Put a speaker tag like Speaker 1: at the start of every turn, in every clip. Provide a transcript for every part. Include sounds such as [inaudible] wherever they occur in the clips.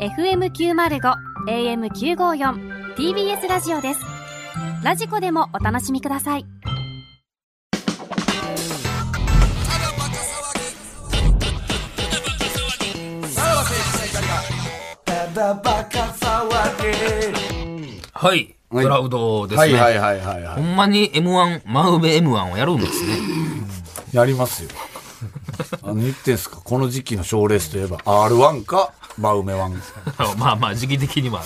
Speaker 1: FM905 AM954 TBS ラジオですラジコでもお楽しみください
Speaker 2: はい、クラウドです
Speaker 3: は
Speaker 2: ね。
Speaker 3: いはいはいはいは
Speaker 2: ほんまに M1、真上 M1 をやるんですね。 [laughs]
Speaker 3: い。やりますよ。何言ってんすかこの時期の賞レースといえば R1 か真梅1
Speaker 2: まあまあ、時期的には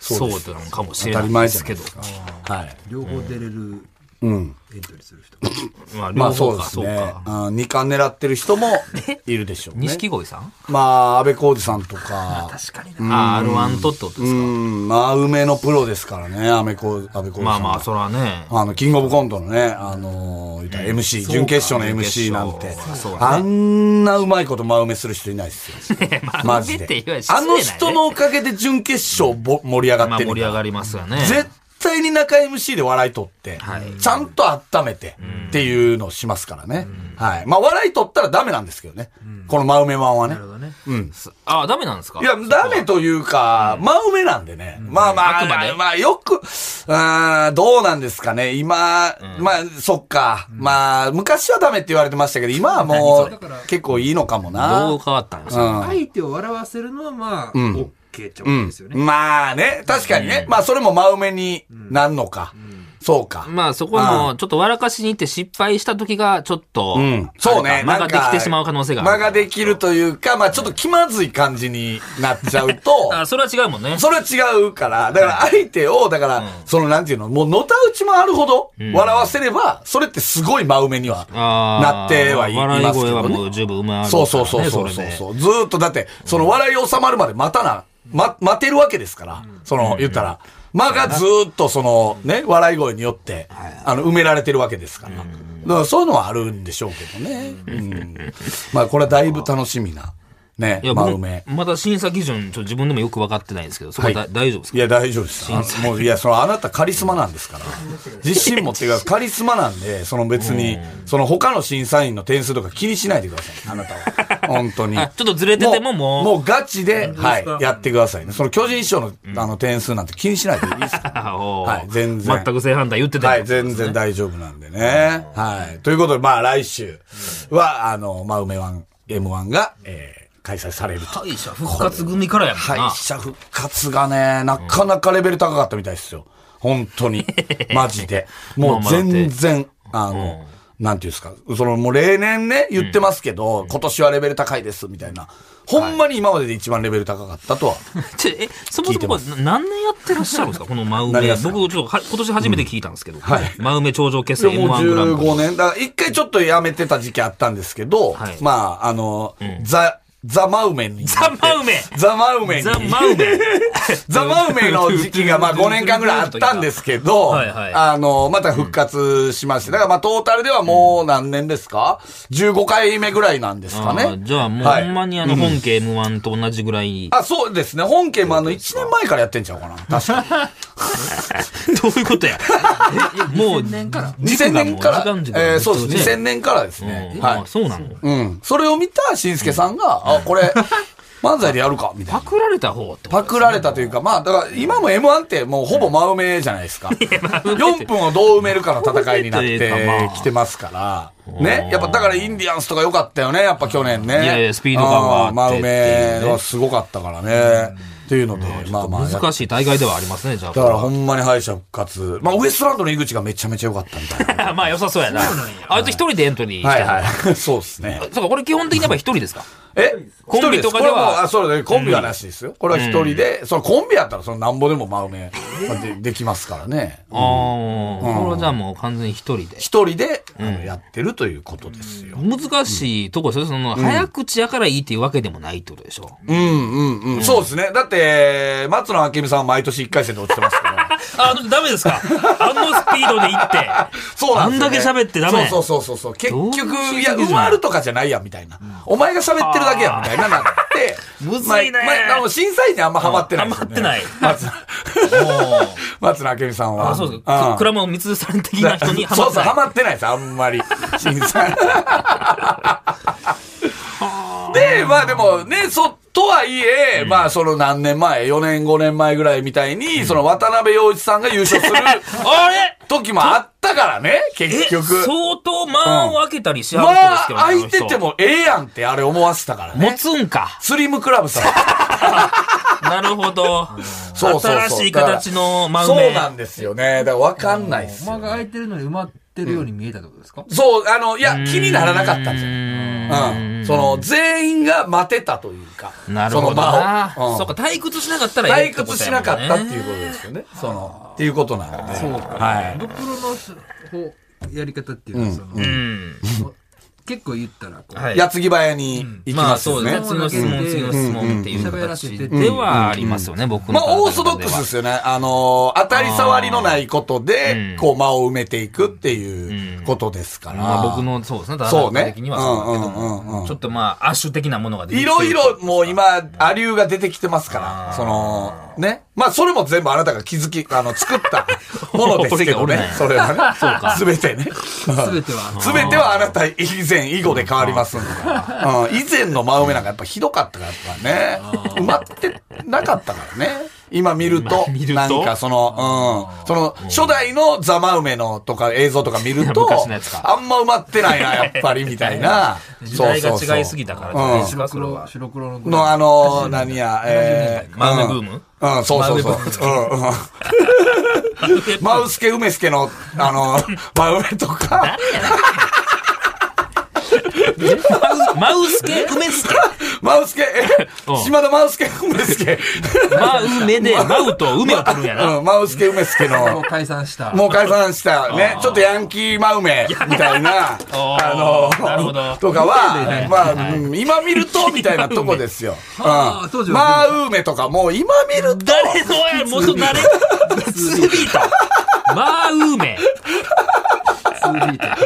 Speaker 3: そうで
Speaker 2: そうなのかもしれないですけど。
Speaker 3: はい
Speaker 4: 両方出れるエントリーする人、
Speaker 2: まあ、
Speaker 3: ま
Speaker 2: 両
Speaker 3: あそう
Speaker 2: 方
Speaker 3: で
Speaker 2: か、
Speaker 3: す
Speaker 2: そう
Speaker 3: ね
Speaker 2: か。
Speaker 3: うん二冠狙ってる人
Speaker 2: [laughs]
Speaker 3: もいるでしょうね
Speaker 2: 錦鯉さん
Speaker 3: まあ安倍浩二さんとか
Speaker 4: 確かに
Speaker 2: ああ、R1 とってことで
Speaker 3: う
Speaker 2: すか。
Speaker 3: ん真梅のプロですからね安倍浩安倍浩二さん
Speaker 2: まあまあ、それは [laughs] ね。
Speaker 3: あの、キングオブコントのね、あのー言ったら MC、準決勝の MC なんて
Speaker 2: 準決勝はそう、だ
Speaker 3: あんなうまいこと真埋めする人いないです
Speaker 2: [laughs]
Speaker 3: よ。マジ
Speaker 2: 真上って
Speaker 3: で
Speaker 2: 言われ。失
Speaker 3: あ
Speaker 2: 礼な
Speaker 3: の
Speaker 2: いね
Speaker 3: 人のおかげで準決勝ぼ盛り上
Speaker 2: ま
Speaker 3: がっ
Speaker 2: あ
Speaker 3: て
Speaker 2: 盛
Speaker 3: る
Speaker 2: り。上がりますよね。
Speaker 3: 絶対に中 MC で笑い取って、ちゃんと温めてっていうのをしますからね。はい。まあ、笑い取ったらダメなんですけどね。この真埋めマンはね。
Speaker 2: ああ、ダメなんですか
Speaker 3: いや、ダメというか、真梅なんでね。まあまあ、
Speaker 2: あくまで
Speaker 3: まあよく、あーどうなんですかね。今、まあ、そっか。まあ、昔はダメって言われてましたけど、今はもう、結構いいのかもな。
Speaker 2: どう変わったんですか
Speaker 4: 相手を笑わせるのはまあ、オッ OK っちゃ OK ですよね、
Speaker 3: まあね、確かにね。まあ、それも真梅になんのか。そうか。
Speaker 2: まあそこの、ちょっと笑かしに行って失敗した時が、ちょっと、
Speaker 3: うん。そう
Speaker 2: あれ
Speaker 3: ね。
Speaker 2: か
Speaker 3: な
Speaker 2: 間が
Speaker 3: ん
Speaker 2: で
Speaker 3: か
Speaker 2: きてしまう可能性がある。
Speaker 3: 間ができるというか、まあ、ちょっと気まずい感じになっちゃうと、
Speaker 2: [laughs] あ、それは違うもんね。
Speaker 3: それは違うから、だから相手を、だから、そのなんていうの、もうのたうちもあるほど笑わせれば、それってすごい真埋めには
Speaker 2: あー
Speaker 3: なってはいいます
Speaker 2: 笑い
Speaker 3: け
Speaker 2: 声は
Speaker 3: ど
Speaker 2: も
Speaker 3: ね。
Speaker 2: う十分うまい、
Speaker 3: そうそうそうそうそうそう、ずーっとだって、その笑い収まるまで待たな、ま、待てるわけですから、その、言ったら、間がずーっとその、ね、笑い声によって、あの、埋められてるわけですから。だからそういうのはあるんでしょうけどね。うん。まあこれはだいぶ楽しみな、ね、
Speaker 2: いや、
Speaker 3: 真
Speaker 2: 僕
Speaker 3: 埋め。
Speaker 2: まだ審査基準、ちょっと自分でもよく分かってないんですけど、そこはだ、
Speaker 3: はい
Speaker 2: 大丈夫です
Speaker 3: い
Speaker 2: か
Speaker 3: や、大丈夫です。あのもう、いや、その、あなたカリスマなんですから。自信持ってください。カリスマなんで、その別に、その他の審査員の点数とか気にしないでください。あなた [laughs] は。本当に。
Speaker 2: あちょっとずれててももう
Speaker 3: もうガチで、はい、やってくださいね。その巨人師匠の、あの、点数なんて気にしないでいいですから。
Speaker 2: [laughs]
Speaker 3: は
Speaker 2: はい
Speaker 3: 全然
Speaker 2: 全く正反対言ってた
Speaker 3: は
Speaker 2: よ
Speaker 3: い、全然 [laughs] 大丈夫なんでね。はい。ということで、まあ、来週は、あの、まあ、梅ワン、M1 が、えー開催されると。
Speaker 2: 敗者復活組からやもん
Speaker 3: 敗
Speaker 2: な。
Speaker 3: 者復活がね、なかなかレベル高かったみたいですよ。本当 [laughs] に。マジで。もう全然、あの、なんていうんですか。その、もう例年ね、言ってますけど、今年はレベル高いです、みたいな。ほんまに今までで一番レベル高かったとは。
Speaker 2: ちょえ、そも
Speaker 3: 聞い
Speaker 2: そ
Speaker 3: て
Speaker 2: も
Speaker 3: ま
Speaker 2: これな何年やってらっしゃるんですかこの
Speaker 3: 何
Speaker 2: 真梅
Speaker 3: がです。か
Speaker 2: 僕、ちょっとは今年初めて聞いたんですけど、
Speaker 3: はい
Speaker 2: 真梅頂上決
Speaker 3: で
Speaker 2: 戦
Speaker 3: もう
Speaker 2: M1 グランプリ
Speaker 3: 15。年。だから一回ちょっとやめてた時期あったんですけど、
Speaker 2: はい
Speaker 3: まあ、あの、ザ、ザマウメに。
Speaker 2: ザ・真梅
Speaker 3: ザマウメに。
Speaker 2: ザ・真梅
Speaker 3: ザ・マウメの時期
Speaker 2: [laughs]
Speaker 3: がまあ5年間ぐらいあったんですけど、
Speaker 2: はいはい
Speaker 3: あの、また復活しまして、だからまあトータルではもう何年ですか ?15 回目ぐらいなんですか
Speaker 2: あ
Speaker 3: ね
Speaker 2: ー。じゃあもう
Speaker 3: は
Speaker 2: ほ
Speaker 3: い
Speaker 2: んまにあの本家 M1 と同じぐらい。
Speaker 3: あ、そうですね。本家もあの1年前からやってんちゃうかな。確かに。
Speaker 2: [laughs] どういうことや [laughs] えもう、2000年から。
Speaker 3: 2000年から、えーそうです。2000年からですね。
Speaker 2: は。
Speaker 3: はい
Speaker 2: あそうなの
Speaker 3: い。うん。それを見たしんすけさんが、あ、こ
Speaker 2: [laughs]
Speaker 3: れ、漫才でやるか、みたいな
Speaker 2: パ。クられた方ってこと
Speaker 3: パクられたというか、まあ、だから今も M1 ってもうほぼ真埋めじゃないです
Speaker 2: [laughs]
Speaker 3: か。4分をどう埋めるかの戦いになってきてますから。ね。やっぱだからインディアンスとか良かったよね。やっぱ去年ね。
Speaker 2: いやいやスピード感はあ
Speaker 3: う
Speaker 2: っ
Speaker 3: ん真
Speaker 2: てっていう
Speaker 3: 埋
Speaker 2: ね
Speaker 3: めはすごかったからね。っていうので、まあまあ。
Speaker 2: 難しい大会ではありますね、じゃあ。
Speaker 3: だからほんまに敗者復活。まあ、ウエストランドの井口がめちゃめちゃ良かったみた
Speaker 2: [laughs]
Speaker 3: いな。
Speaker 2: [laughs] まあ良さそうやな。あいつ一人でエントリーした
Speaker 3: はい
Speaker 2: の。
Speaker 3: はい。 [laughs] そうですね。
Speaker 2: そうか、これ基本的にやっぱ一人ですか
Speaker 3: え
Speaker 2: コンビとか
Speaker 3: 一人すこ
Speaker 2: では
Speaker 3: れもあ、そうだね。コンビはなしですよ。これは一人で、そのコンビやったらそのなんぼでも真埋めがでできますからね。
Speaker 2: ああ、これはじゃあもう完全に一人で。
Speaker 3: 一人で、あのやってるということですよ。
Speaker 2: 難しいとこですよ。その、早口やからいいっていうわけでもないってことでしょ。
Speaker 3: うんうんうん。そうですね。だって、松野明美さんは毎年1回戦で落ちてますけど。
Speaker 2: あ、ダメです [laughs] かあのスピードで行って。
Speaker 3: [laughs] そうなんですよ、ね。
Speaker 2: あんだけ喋ってダメ
Speaker 3: そうそうそうそう。結
Speaker 2: どう
Speaker 3: 局、
Speaker 2: いう
Speaker 3: いや、
Speaker 2: 心理じゃん
Speaker 3: 埋まるとかじゃないやん、みたいな。お前が喋ってるだけや、みたいななって。
Speaker 2: むずいね
Speaker 3: まあまああの審査員にあんまハマってない、
Speaker 2: ハマってない
Speaker 3: 松野、松野明美さんは。
Speaker 2: あ、そうですか。
Speaker 3: ん
Speaker 2: く倉本光さん的な人にハマ
Speaker 3: そう
Speaker 2: っ
Speaker 3: そう、
Speaker 2: た
Speaker 3: ハマってないです、あんまり。審査。で、まあでもね、そ、とはいえ、まあ、その何年前、4年、5年前ぐらいみたいに、その渡辺陽一さんが優
Speaker 2: [laughs]
Speaker 3: 勝する
Speaker 2: あれ
Speaker 3: 時もあったからね、結
Speaker 2: え
Speaker 3: 局。
Speaker 2: 相当間を空けたりしは
Speaker 3: ま
Speaker 2: る人です
Speaker 3: あ
Speaker 2: け、どね。
Speaker 3: 空いててもええやんって、あれ思わせたから
Speaker 2: あの人。
Speaker 3: ね。
Speaker 2: 持つんか。
Speaker 3: スリムクラ
Speaker 2: [laughs]
Speaker 3: ブさん。
Speaker 2: なるほど。
Speaker 3: そうそうそう。
Speaker 2: 新しい形の真
Speaker 3: そう
Speaker 2: 梅。
Speaker 3: なんですよね。だからわかんないっすよ
Speaker 4: 間が空いてるのに埋まってるように見えたってことですか、
Speaker 3: そう、あの、いや、気にならなかったんじゃないうん。その、全員が待てたというか。
Speaker 2: なるほどな。
Speaker 3: その場をうん
Speaker 2: そうか、退屈しなかったらええ
Speaker 3: 退
Speaker 2: ってこと
Speaker 3: 屈
Speaker 2: や
Speaker 3: し
Speaker 2: もん
Speaker 3: な
Speaker 2: ね
Speaker 3: かったっていうことですよね。その、っていうことなので。
Speaker 4: そうか。
Speaker 3: はい
Speaker 4: ブクロのこうやり方っていうのはその、
Speaker 2: うん。
Speaker 4: 結構言ったらこう、
Speaker 2: はい
Speaker 3: 矢継ぎ早に行き
Speaker 2: まあ
Speaker 3: ます
Speaker 2: そ
Speaker 3: よ
Speaker 2: うです
Speaker 3: ね
Speaker 2: ね。。次の質問、次の質問っていう形ではありますよね、僕の
Speaker 3: ま
Speaker 2: 考え
Speaker 3: あ、
Speaker 2: 方では。
Speaker 3: オーソドックスですよね。あの、当たり障りのないことで
Speaker 2: う、ん
Speaker 3: こう、間を埋めていくっていうことですから。
Speaker 2: まあ僕の、そうですね、た
Speaker 3: そう
Speaker 2: だ
Speaker 3: ね
Speaker 2: 的にはそうだけど
Speaker 3: うんうんうんうん
Speaker 2: も、ちょっとまあ、アッシュ的なものが出て
Speaker 3: い
Speaker 2: きてる
Speaker 3: ろいろもう今、アリューが出てきてますから、その、ね。まあ、それも全部あなたが気づき、あの、作
Speaker 2: [laughs]
Speaker 3: ったものですけど
Speaker 2: 俺が俺
Speaker 3: ね
Speaker 2: ね。
Speaker 3: それは
Speaker 2: [laughs]
Speaker 3: ね。そうか。すべてね。
Speaker 4: すべては、
Speaker 3: [laughs] すべてはあなた以前、以後で変わりますんで。うん以前の真埋めなんかやっぱひどかったからやっぱね。埋まってなかったからね。今見ると
Speaker 2: 今見、ると
Speaker 3: なんかその、うん。その、初代のザ・マウメのとか映像とか見ると
Speaker 2: 昔のやつ、か
Speaker 3: あんま埋まってないな、やっぱり、みたいな。
Speaker 2: [laughs] 時代
Speaker 3: そうそうそ
Speaker 2: が
Speaker 3: う
Speaker 2: 違いすぎたからじゃないです
Speaker 4: 白
Speaker 2: か、それは
Speaker 4: 黒、。白黒のぐらい
Speaker 3: の、あの、何や、えー、
Speaker 2: マウメブーム
Speaker 3: うん、うんそうそうそう
Speaker 2: マウメブ。
Speaker 3: うんうん
Speaker 2: [laughs]
Speaker 3: マウスケ、ウメスケの、あの、真上とか、
Speaker 2: [laughs] マウス系梅
Speaker 3: [laughs]
Speaker 2: ス系
Speaker 3: マウスケ、え
Speaker 2: ん
Speaker 3: 島田マウスケ、ウメスケ、
Speaker 2: マウメで、マウと梅を取るんやな。
Speaker 3: うん、マウスケ、ウメスケ
Speaker 4: もう
Speaker 3: の、
Speaker 4: 解散した。
Speaker 3: もう解散したね、ちょっとヤンキー真梅みたい
Speaker 2: [laughs]
Speaker 3: な、あ
Speaker 2: ーなる
Speaker 3: の
Speaker 2: ほど、
Speaker 3: とかは、まあ、
Speaker 2: はい
Speaker 3: うん今見ると、みたいなとこですよ。うん。
Speaker 4: あー当時は
Speaker 3: マウメとか、もう今見ると、
Speaker 2: 誰のや、元誰ツービート。マウ梅。
Speaker 4: 2D とか。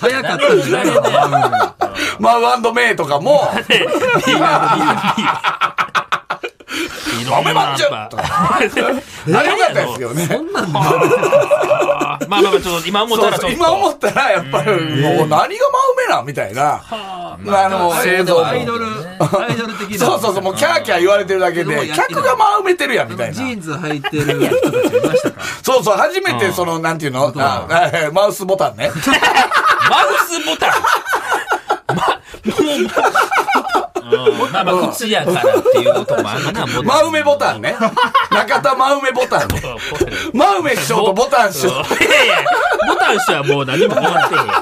Speaker 4: 早かったんじゃないの
Speaker 2: 誰だよ
Speaker 4: かな
Speaker 3: マウメイとかも、
Speaker 2: いろんなやっぱあ
Speaker 3: あれよかったですよね。
Speaker 4: そんなん
Speaker 2: ーま
Speaker 4: だ。
Speaker 2: あまあまあ、ちょっと今思っ
Speaker 3: そ
Speaker 2: た
Speaker 3: う
Speaker 2: らち
Speaker 3: そ
Speaker 2: ょ
Speaker 3: う
Speaker 2: っと。
Speaker 3: 今思ったら、やっぱり、もう何が真梅なんみたいな。あの、
Speaker 4: ア
Speaker 3: 映像
Speaker 4: イド
Speaker 3: も
Speaker 4: ル、アイドル、アイドル的な。
Speaker 3: そうそうそう、もうキャーキャー言われてるだけ
Speaker 4: でも
Speaker 3: で、
Speaker 4: やってる
Speaker 3: 客が真埋めてるやん、みたい
Speaker 4: ジ
Speaker 3: な。
Speaker 4: ーンズ履いてる人たちいましたか
Speaker 3: そうそう、初めてその、なんていうのああ [laughs] マウスボタンね。
Speaker 2: マウスボタン。ま、もう、うんまあまあ、口やからっていうともあるな、ボタン
Speaker 3: 真埋めボタンね。中田真埋めボタンね。真埋め師匠とボタン師
Speaker 2: い
Speaker 3: 匠。
Speaker 2: やいや、ボタン氏はもう何も変わってへんやん。ま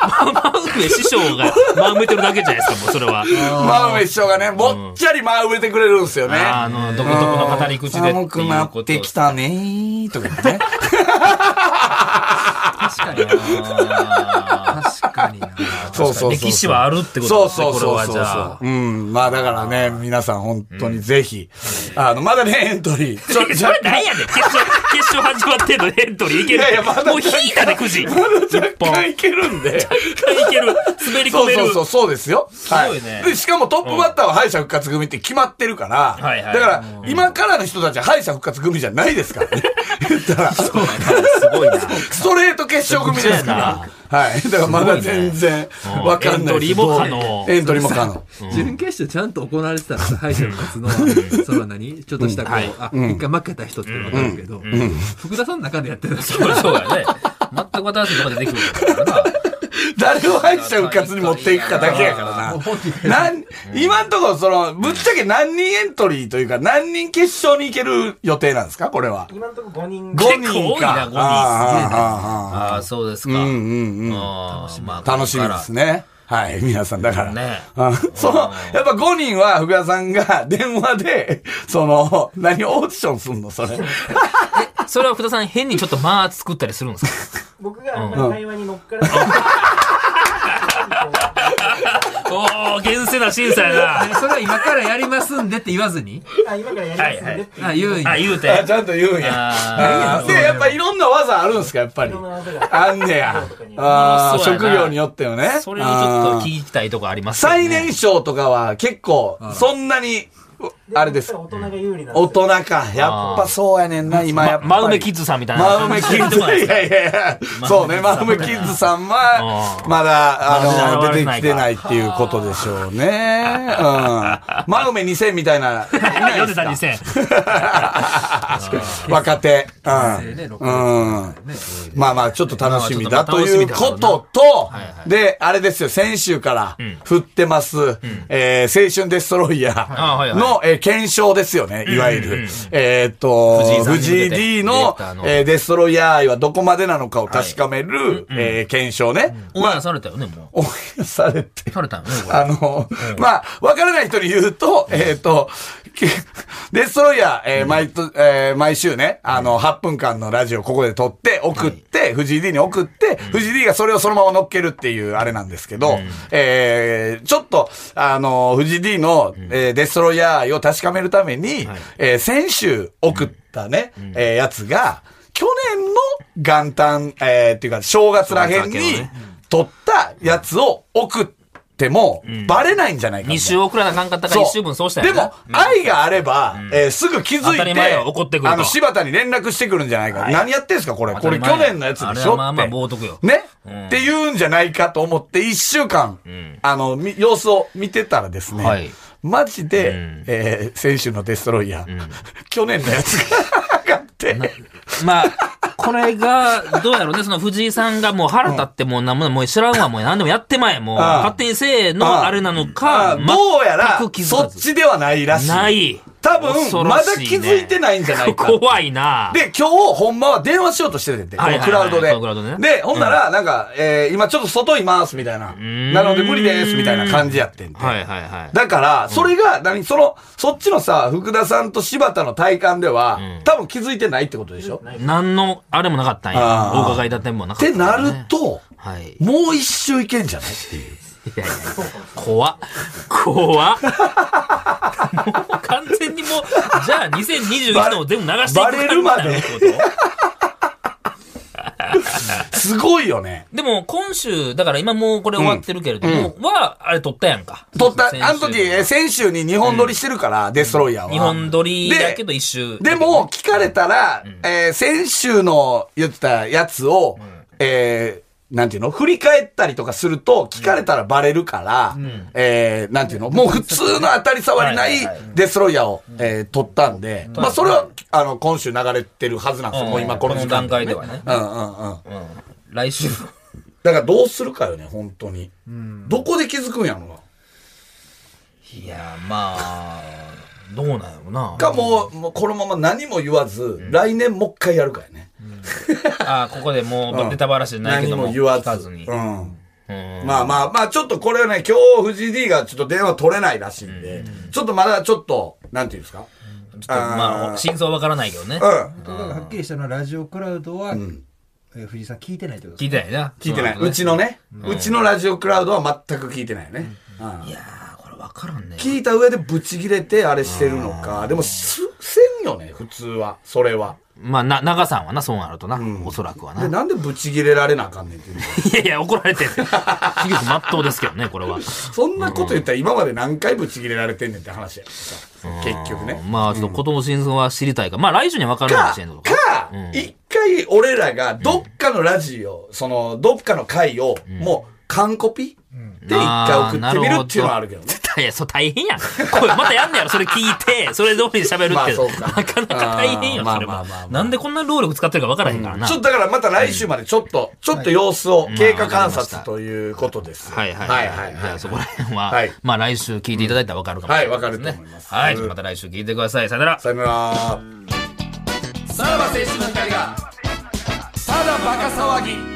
Speaker 2: あ、真上師匠が真埋めてるだけじゃないですか、もうそれは。
Speaker 3: 真埋め師匠がね、もっちゃり真埋めてくれるんですよね。
Speaker 2: あの、独特の語り口でってい
Speaker 3: 寒
Speaker 2: うこと
Speaker 3: くなってきたねー、とかね。
Speaker 4: 確かにな。 [laughs] 確かにな。
Speaker 3: そうそうそう。
Speaker 2: 歴史はあるってこ
Speaker 3: そ
Speaker 2: と
Speaker 3: う
Speaker 2: ですね、
Speaker 3: そう
Speaker 2: これ
Speaker 3: そう
Speaker 2: は
Speaker 3: そう
Speaker 2: じゃあ。
Speaker 3: そう。うん。まあだからね、皆さん本当にぜひ、あの、まだね、エント
Speaker 2: [laughs]
Speaker 3: リー。ちょ、
Speaker 2: それ何やねん決勝、決勝始まってんのにエントリーいける
Speaker 3: いやいやまだ
Speaker 2: もう引いたで、くじ。一
Speaker 3: 若
Speaker 2: 本。
Speaker 3: 干
Speaker 2: い
Speaker 3: いけるんで。
Speaker 2: ける。滑り込
Speaker 3: そう
Speaker 2: める。
Speaker 3: そうそう、そうですよ。は
Speaker 2: すごいね
Speaker 3: で、しかもトップバッターは敗者復活組って決まってるから、
Speaker 2: はいはい
Speaker 3: だから、今からの人たちは敗者復活組じゃないです
Speaker 2: [laughs]
Speaker 3: からね。言ったら、ス
Speaker 2: すごい
Speaker 3: [laughs]
Speaker 2: な。
Speaker 3: トレート決勝組ですから。はい。だからまだ全然わかんないです
Speaker 2: エントリーも可能
Speaker 3: エントリーも可能。
Speaker 4: 準決勝ちゃんと行われてたらさ、敗者復活の、あのその何ちょっとしたこう、
Speaker 2: はい
Speaker 4: あ、一回負けた人ってわかるけど、福田さんの [laughs] 中でやってるんですよ。
Speaker 2: そうやね。全く新しいことが出てくるからな。
Speaker 3: [laughs] 誰を敗者復活に持っていくかだけや
Speaker 2: [laughs]
Speaker 3: からな。なん、今んところ、その、ぶっちゃけ何人エントリーというか、何人決勝に行ける予定なんですかこれは。
Speaker 5: 今のところ5人
Speaker 2: 結構
Speaker 3: 5人
Speaker 2: 多いな
Speaker 3: か。
Speaker 2: 五人
Speaker 3: ああああああ
Speaker 2: ああ、そうですか。
Speaker 3: うんうんうん。
Speaker 2: あーまあ
Speaker 3: 楽しみですね。はい、皆さん、だから。
Speaker 2: ね
Speaker 3: あその、やっぱ5人は、福田さんが [laughs] 電話で、その、何オーディションすんのそれ。
Speaker 2: それは福田さん変にちょっと間作ったりするんですか
Speaker 5: 僕があんまり会話に乗っからない
Speaker 2: おお、厳正な審査や
Speaker 4: えそれは今からやりますんでって言わずに、
Speaker 5: あ今からやりますんでって
Speaker 4: あ、言う
Speaker 3: [laughs]
Speaker 4: ん
Speaker 2: な。あ、
Speaker 4: や。
Speaker 2: 言うて。
Speaker 3: あちゃんと言うんや。あ
Speaker 2: あ
Speaker 3: ーで、やっぱいろんな技あるんですか、やっぱり
Speaker 5: いろんな。技が
Speaker 3: あんねや。あー
Speaker 2: そうやな
Speaker 3: 職業によってはね。
Speaker 2: ーそれをちょっと
Speaker 3: あー
Speaker 2: 聞きたいとこありますけどね
Speaker 3: 最年少とかは結構、そんなにあれです
Speaker 5: 大人が有利なんです
Speaker 3: 大
Speaker 5: よ。
Speaker 3: 人か。やっぱそうやねんな、今やっぱり。
Speaker 2: ま真梅キッズさんみたいな。
Speaker 3: 真梅キッズ。い
Speaker 2: い
Speaker 3: やいやいや、そうね、真梅キッズさんは、まだ、あ
Speaker 2: ま
Speaker 3: の、
Speaker 2: だ
Speaker 3: 出てきてないっていうことでしょうね。 [laughs] うん。真梅2000みたいな、いない
Speaker 2: ヨ
Speaker 3: です
Speaker 2: ネさん
Speaker 3: か [laughs]
Speaker 2: 2000。
Speaker 3: 若手。う
Speaker 4: ね六
Speaker 3: ん。うん。まあまあ、ちょっと楽しみだ
Speaker 4: まあちょ
Speaker 3: と
Speaker 4: っと
Speaker 3: いうことと、で、あれですよ、先週から振ってます、えー青春デストロイヤ
Speaker 4: あはい
Speaker 3: ー
Speaker 4: はい
Speaker 3: のえー検証ですよね、いわゆる。えーっと、
Speaker 4: 藤
Speaker 3: 藤井
Speaker 4: 井
Speaker 3: D
Speaker 4: さんに向けてディレ
Speaker 3: の
Speaker 4: クターの
Speaker 3: えーデストロイヤー愛はどこまでなのかを確かめるえー検証ね。
Speaker 4: オンエアされたよね、も
Speaker 3: 応援されて
Speaker 4: う。。されたよね、これ。
Speaker 3: あの、まあ、わからない人に言うと、えっ、と、けデストロイヤー、えー毎と、えー毎週ね、あの、8分間のラジオここで撮って、送って、藤井 D に送って、藤井 D がそれをそのまま乗っけるっていうあれなんですけど、えーちょっと、あの、藤井 D の、えーデストロイヤー愛を確かめるために、えー先週送ったね、えーやつが、去年の元旦、えーっていうか、正月らへんに
Speaker 2: 正月明けのね、
Speaker 3: 撮ったやつを送っても、バレないんじゃないかみたいな
Speaker 2: 2週送らなあかんかったから1週分そうした
Speaker 3: で
Speaker 2: よな
Speaker 3: も、愛があれば、えーすぐ気づ
Speaker 2: 当た
Speaker 3: い
Speaker 2: り
Speaker 3: て
Speaker 2: 前よ怒ってくると
Speaker 3: あの、柴田に連絡してくるんじゃないか。何やってんすか、これ。これ
Speaker 2: 当た
Speaker 3: 去
Speaker 2: り前
Speaker 3: 年のやつで
Speaker 2: あ
Speaker 3: し
Speaker 2: れ
Speaker 3: ょ
Speaker 2: はまあまあ
Speaker 3: って
Speaker 2: 冒涜よ
Speaker 3: ね
Speaker 2: うん
Speaker 3: って言うんじゃないかと思って、1週間、あの、み様子を見てたらですね、
Speaker 4: はい
Speaker 3: マジで、
Speaker 2: ん
Speaker 3: えー先週のデストロイヤー、 [laughs] 去年のやつが上がって、
Speaker 2: まあ、これが、どうやろうね、その藤井さんがもう腹立ってもうなんも、もう知らんわ、もう何でもやってまえ、もう。
Speaker 3: ああ
Speaker 2: 勝手にせえ
Speaker 3: あ
Speaker 2: の
Speaker 3: あ
Speaker 2: あれなの
Speaker 3: まあ
Speaker 2: か、
Speaker 3: どうやら
Speaker 2: 全く、気づ
Speaker 3: そ
Speaker 2: か
Speaker 3: っ
Speaker 2: ず。
Speaker 3: ちではないらしい。
Speaker 2: ない。
Speaker 3: 多分、
Speaker 2: 恐
Speaker 3: ま
Speaker 2: ろ
Speaker 3: だ
Speaker 2: し
Speaker 3: 気づいてないんじゃないか。
Speaker 2: [laughs] 怖いな。
Speaker 3: で、今日、ほんまは電話しようとしててんて、こ
Speaker 2: はいは
Speaker 3: の
Speaker 2: いは
Speaker 3: ク
Speaker 2: い
Speaker 3: ラウドで
Speaker 2: このクラウドで。ね
Speaker 3: で、ほんなら、なんか、えー今ちょっと外います、みたいな。
Speaker 2: ん
Speaker 3: なので無理です、みたいな感じやってんて。
Speaker 2: はいはいはい。
Speaker 3: だから、それが、何、その、そっちのさ、福田さんと柴田の体感では、多分気づいてないってことでしょっ
Speaker 2: 何のあれもなかったんや。
Speaker 3: ああ
Speaker 2: お伺い立てもなかった
Speaker 3: て
Speaker 2: んやね。
Speaker 3: なると、
Speaker 2: はい。い
Speaker 3: もう一周いけんじゃないっていう。
Speaker 2: やいや怖っ。怖っ。もう完全にもう、じゃあ2021年を全部流していく
Speaker 3: バレるまで
Speaker 2: 感じになるってこと
Speaker 3: すごいよね。
Speaker 2: でも、今週、だから今もうこれ終わってるけれども、は、あれ撮ったやんか。
Speaker 3: 撮った
Speaker 2: 先、週
Speaker 3: あの時、えー先週に日本撮りしてるから、デストロイヤーは。
Speaker 2: 日本撮り
Speaker 3: で
Speaker 2: だけど一周。
Speaker 3: でも、、聞かれたら、えー先週の言ってたやつを、えーなんていうの振り返ったりとかすると、聞かれたらバレるから、えーなんていうのもう普通の当たり障りない
Speaker 2: はいはいはい
Speaker 3: デスロイヤーを、えー取ったんで、まあ、それは、あの、今週流れてるはずなんですよ。もう今この時間
Speaker 2: 段階ではね。
Speaker 3: うんうんうん。
Speaker 2: 来週。
Speaker 3: だからどうするかよね、本当に。どこで気づくんやろな。
Speaker 2: いや、まあ、どうなんやろな。
Speaker 3: かもう、もうこのまま何も言わず、来年もう一回やるからね。
Speaker 2: あここでもう、ネタバラシじゃないけ
Speaker 3: 何
Speaker 2: ども、
Speaker 3: も言わ
Speaker 2: 聞かず
Speaker 3: ず。
Speaker 2: に。
Speaker 3: うん。
Speaker 2: うん
Speaker 3: まあまあまあ、ちょっとこれはね、今日藤井 D がちょっと電話取れないらしいんで、ちょっとまだちょっと、なんていうんですか
Speaker 2: ちょっとまあ、真相わからないけどね
Speaker 3: う。ん。
Speaker 4: だからはっきりしたのはラジオクラウドは、えー藤井さん聞いてないってこと
Speaker 2: 聞いてないな。
Speaker 3: 聞いてない。
Speaker 2: そうう
Speaker 3: ちのね、うちのラジオクラウドは全く聞いてないよね。うん
Speaker 2: いやー、これわからんね。
Speaker 3: 聞いた上でブチ切れてあれしてるのか。でも、すせんよね、普通は。それは。
Speaker 2: まあ、な、長さんはな、そうなるとな。おそらくはな
Speaker 3: で、。なんでブチ切れられなあかんねんっていうの。
Speaker 2: いやいや、怒られてる。結局、まっとうですけどね、これは。
Speaker 3: そんなこと言ったら今まで何回ブチ切れられてんねんって話やからさ。結局ね。
Speaker 2: まあ、ちょっとことの真相は知りたいか。まあ、来週には分かるかも
Speaker 3: か
Speaker 2: しれんの、
Speaker 3: か、一回俺らがどっかのラジオ、その、どっかの回を、もう、完コピで一回送ってみるっていうのはあるけどね。
Speaker 2: いや、そう大変やん。これまたやんねやろ、それ聞いて、それ通りに喋る
Speaker 3: まあ
Speaker 2: って。
Speaker 3: そう
Speaker 2: な
Speaker 3: か
Speaker 2: かなか大変よ、
Speaker 3: あー
Speaker 2: それ
Speaker 3: まあまあまあ
Speaker 2: は
Speaker 3: まあ。
Speaker 2: なんでこんな労力使ってるか分からへんからな
Speaker 3: ちょ。っとだからまた来週までちょっと、ちょっと様子を経過観察ということです。
Speaker 2: はいはい
Speaker 3: は
Speaker 2: はいい。
Speaker 3: はい
Speaker 2: じゃ
Speaker 3: は
Speaker 2: あ
Speaker 3: い。
Speaker 2: そこら辺は、
Speaker 3: はい
Speaker 2: まあ来週聞いていただいたら分かるかもしれないです、ね
Speaker 3: はいわかると思います
Speaker 2: はい、じゃあまた来週聞いてください。さよなら。
Speaker 3: さよなら。さらば青春の光が、ただバカ騒ぎ。